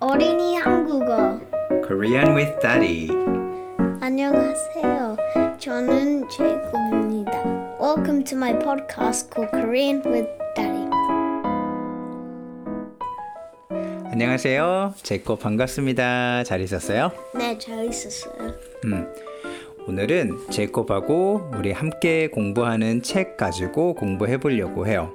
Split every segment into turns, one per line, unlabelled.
어린이 한국어
Korean with Daddy.
안녕하세요. 저는 제이콥입니다. Welcome to my podcast called Korean with Daddy.
안녕하세요. 제코 반갑습니다. 잘 있었어요?
네, 잘 있었어요.
오늘은 제이콥하고 우리 함께 공부하는 책 가지고 공부해 보려고 해요.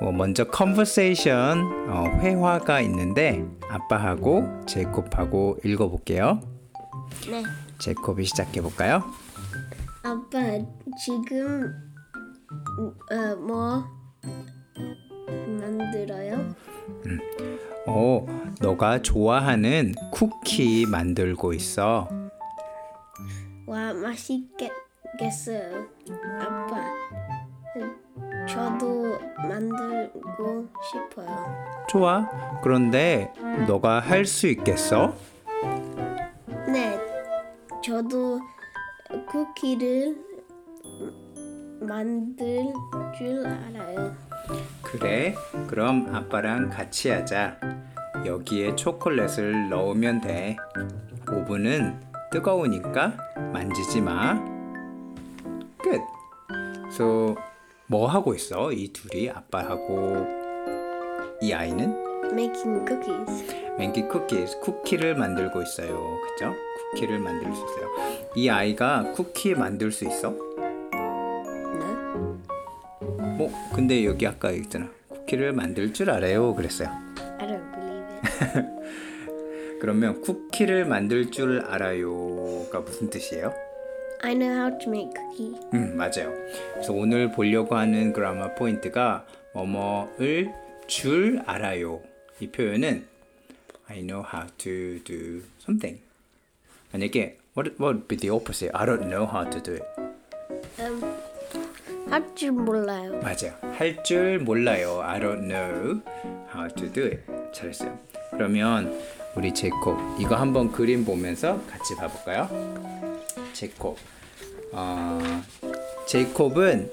어, 먼저 컨버세이션 어, 회화가 있는데 아빠하고 제이콥하고 읽어볼게요.
네.
제이콥이 시작해 볼까요?
아빠, 지금 어, 뭐 만들어요?
어, 너가 좋아하는 쿠키 만들고 있어.
와, 맛있겠어요. 아빠, 저도 만들고 싶어요.
좋아. 그런데 너가 할 수 있겠어?
네, 저도 쿠키를 만들 줄 알아요.
그래, 그럼 아빠랑 같이 하자. 여기에 초콜릿을 넣으면 돼. 오븐은 뜨거우니까 만지지 마. 끝. So, 뭐 하고 있어? 이 둘이 아빠하고 이 아이는
Making cookies.
맹기 쿠키, 쿠키를 만들고 있어요. 그죠? 쿠키를 만들 수 있어요. 이 아이가 쿠키 만들 수 있어?
네.
뭐 근데 여기 아까 있잖아. 쿠키를 만들 줄 알아요. 그랬어요.
I don't believe it.
그러면 쿠키를 만들 줄 알아요가 무슨 뜻이에요?
I know how to make cookie.
음, 맞아요. 그래서 오늘 보려고 하는 그라마 포인트가 뭐뭐를 줄 알아요. 이 표현은 I know how to do something. 만약에 what what would be the opposite? I don't know how to do it.
Um, 할 줄 몰라요.
맞아요. 할 줄 몰라요. I don't know how to do it. 잘했어요. 그러면 우리 제콥 이거 한번 그림 보면서 같이 봐볼까요? 제콥. 어, 제콥은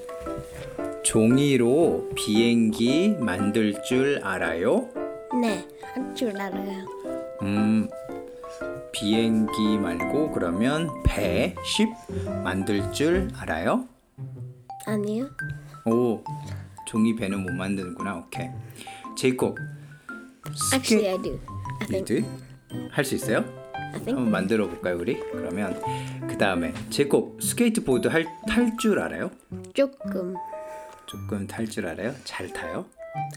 종이로 비행기 만들 줄 알아요?
네, 할 줄 알아요.
음, 비행기 말고 그러면 배, 십 만들 줄 알아요?
아니요.
오 종이 배는 못 만드는구나 오케이 제이콥
Actually, I do. Um. I think.
스케이트 할수 있어요?
네.
한번 만들어 볼까요 우리? 그러면 그 다음에 제이콥 스케이트보드 할탈 줄 알아요?
조금.
조금 탈 줄 알아요? 잘 타요?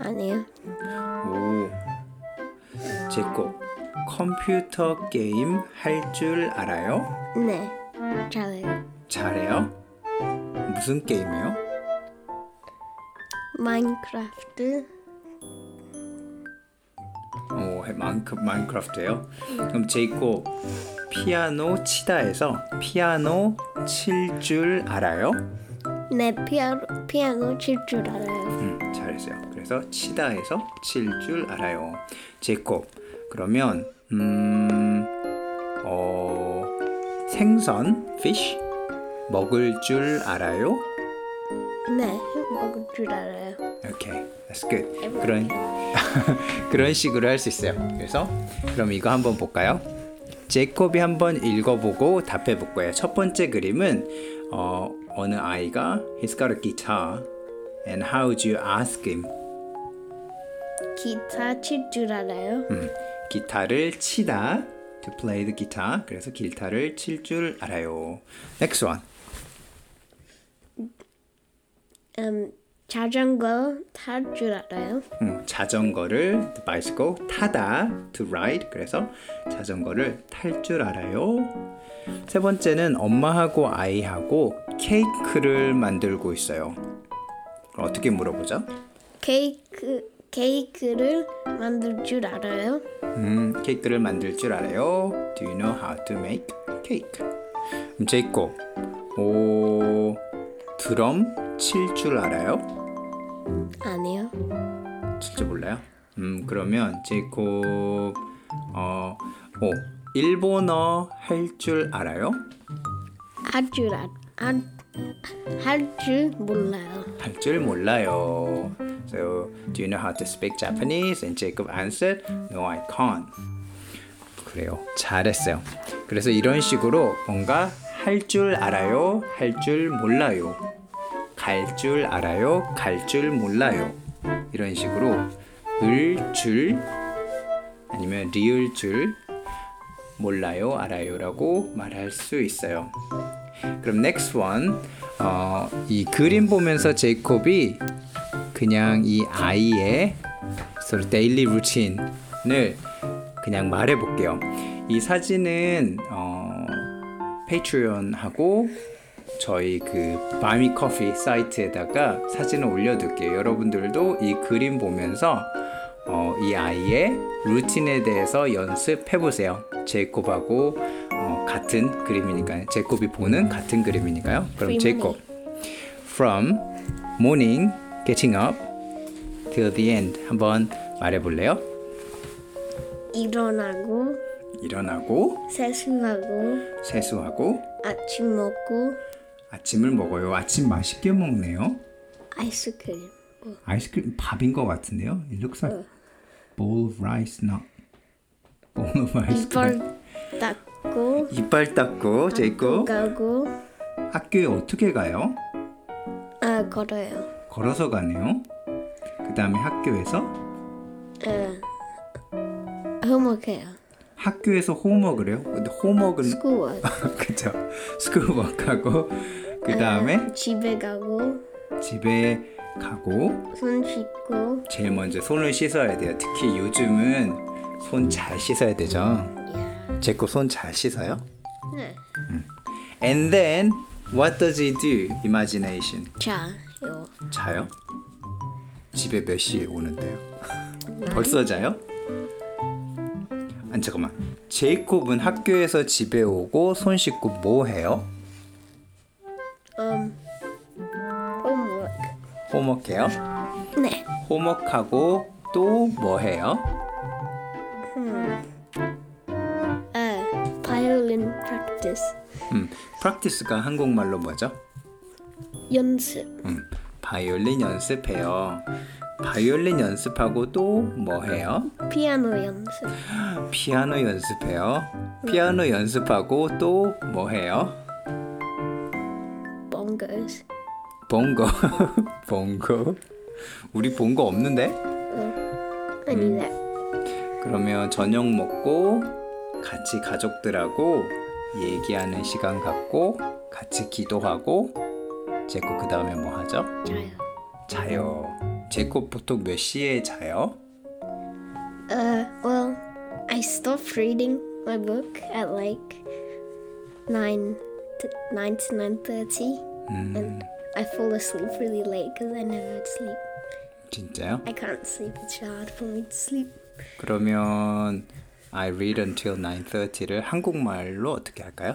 아니요.
오 제이콥 컴퓨터 게임 할 줄 알아요?
네, 잘해요.
잘해요? 무슨 게임이요?
마인크래프트.
오, 마인크, 마인크래프트예요. 그럼 제이코 피아노 치다에서 피아노 칠 줄 알아요?
네, 피아노, 피아노 칠 줄 알아요.
음, 잘했어요. 그래서 치다에서 칠 줄 알아요. 제이코 그러면 음, 어, 생선 fish 먹을 줄 알아요?
네, 먹을 줄 알아요.
오케이, that's good. 그런 그런 식으로 할 수 있어요. 그래서 그럼 이거 한번 볼까요? 제이콥이 한번 읽어보고 답해 볼 거예요. 첫 번째 그림은 어, 어느 아이가 he's got a guitar and how do you ask him?
기타 칠 줄 알아요.
음, 기타를 치다 to play the guitar. 그래서 기타를 칠 줄 알아요. Next one.
음, 자전거 탈 줄 알아요.
음, 자전거를 the bicycle 타다 to ride 그래서 자전거를 탈 줄 알아요. 세 번째는 엄마하고 아이하고 케이크를 만들고 있어요. 그럼 어떻게 물어보죠?
케이크 케이크를 만들 줄 알아요.
음, 케이크를 만들 줄 알아요. Do you know how to make cake? 음, 제이코, 오 드럼 칠 줄 알아요?
아니요.
진짜 몰라요? 음 그러면 제이콥 어, 오 일본어 할 줄 알아요?
할줄 알. 할줄 몰라요.
할 줄 몰라요. So, do you know how to speak Japanese? And Jacob answered, No, I can't. 그래요. 잘했어요. 그래서 이런 식으로 뭔가 할 줄 알아요, 할 줄 몰라요. 갈 줄 알아요, 갈 줄 몰라요. 이런 식으로 을 줄 아니면 리을 줄 몰라요, 알아요라고 말할 수 있어요. 그럼 next one. 어, 이 그림 보면서 제이콥이 그냥 이 아이의 sort of daily routine을 그냥 말해 볼게요. 이 사진은 어, 페이트리온하고 저희 그 바미 커피 사이트에다가 사진을 올려둘게요. 여러분들도 이 그림 보면서 어, 이 아이의 루틴에 대해서 연습해 보세요. 제이콥하고 어, 같은 그림이니까요. 제이콥이 보는 같은 그림이니까요. 그럼
Free
제이콥 from morning getting up till the end 한번 말해 볼래요?
일어나고
일어나고
세수하고
세수하고
아침 먹고
아침을 먹어요. 아침 맛있게 먹네요.
아이스크림.
아이스크림 밥인 것 같은데요. It looks like bowl of rice, not bowl of ice
이빨
cream.
닦고
이빨 아, 닦고 제이콥
가고
학교에 어떻게 가요?
아 걸어요.
걸어서 가네요. 그 다음에 학교에서
아, 흐뭇해요.
학교에서 홈워크를 해요. 근데 홈워크는
스쿨
그죠? 스쿨워크하고 그 다음에
집에 가고
집에 가고
손 씻고
제일 먼저 손을 씻어야 돼요. 특히 요즘은 손 잘 씻어야 되죠. 제거 손 잘 씻어요?
네.
And then what does he do? Imagination.
자요.
자요? 집에 몇 시에 오는데요? 벌써 자요? 아니 잠깐만. 제이콥은 학교에서 집에 오고 손 씻고 뭐 해요?
홈워크.
홈워크 해요?
네.
홈워크하고 또 뭐 해요?
아 바이올린 프랙티스.
음, practice가 한국말로 뭐죠?
연습.
음, 바이올린 연습해요. 바이올린 연습하고 또 뭐 해요?
피아노 연습.
피아노 연습해요. 피아노 연습하고 또 뭐 해요?
bongos.
봉고. 봉고. 우리 봉고 없는데?
I knew that.
그러면 저녁 먹고 같이 가족들하고 얘기하는 시간 갖고 같이 기도하고 제코 그 다음에 뭐 하죠?
자요.
자요. 제코 보통 몇 시에 자요?
Uh, well, I stopped reading my book at like nine to nine to nine thirty, and I fall asleep really late because I never sleep.
진짜요?
I can't sleep. It's hard for me to sleep.
그러면 I read until 9:30를 한국말로 어떻게 할까요?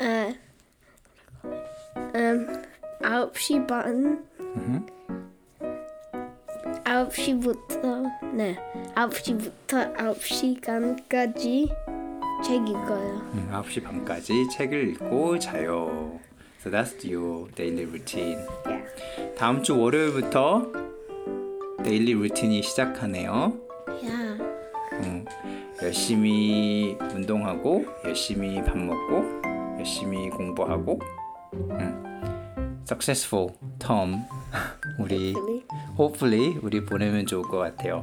Uh, um, 아홉시 반. 아홉시부터 네 아홉시부터 아홉시간까지 책 읽어요.
음, 9시 반까지 책을 읽고 자요. So that's your daily routine.
Yeah.
다음 주 월요일부터 데일리 루틴이 시작하네요.
Yeah.
음, 열심히 운동하고 열심히 밥 먹고 열심히 공부하고 음, successful Tom 우리
Hopefully.
hopefully 우리 보내면 좋을 것 같아요.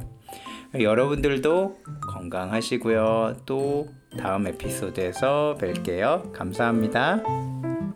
여러분들도 건강하시고요. 또 다음 에피소드에서 뵐게요. 감사합니다.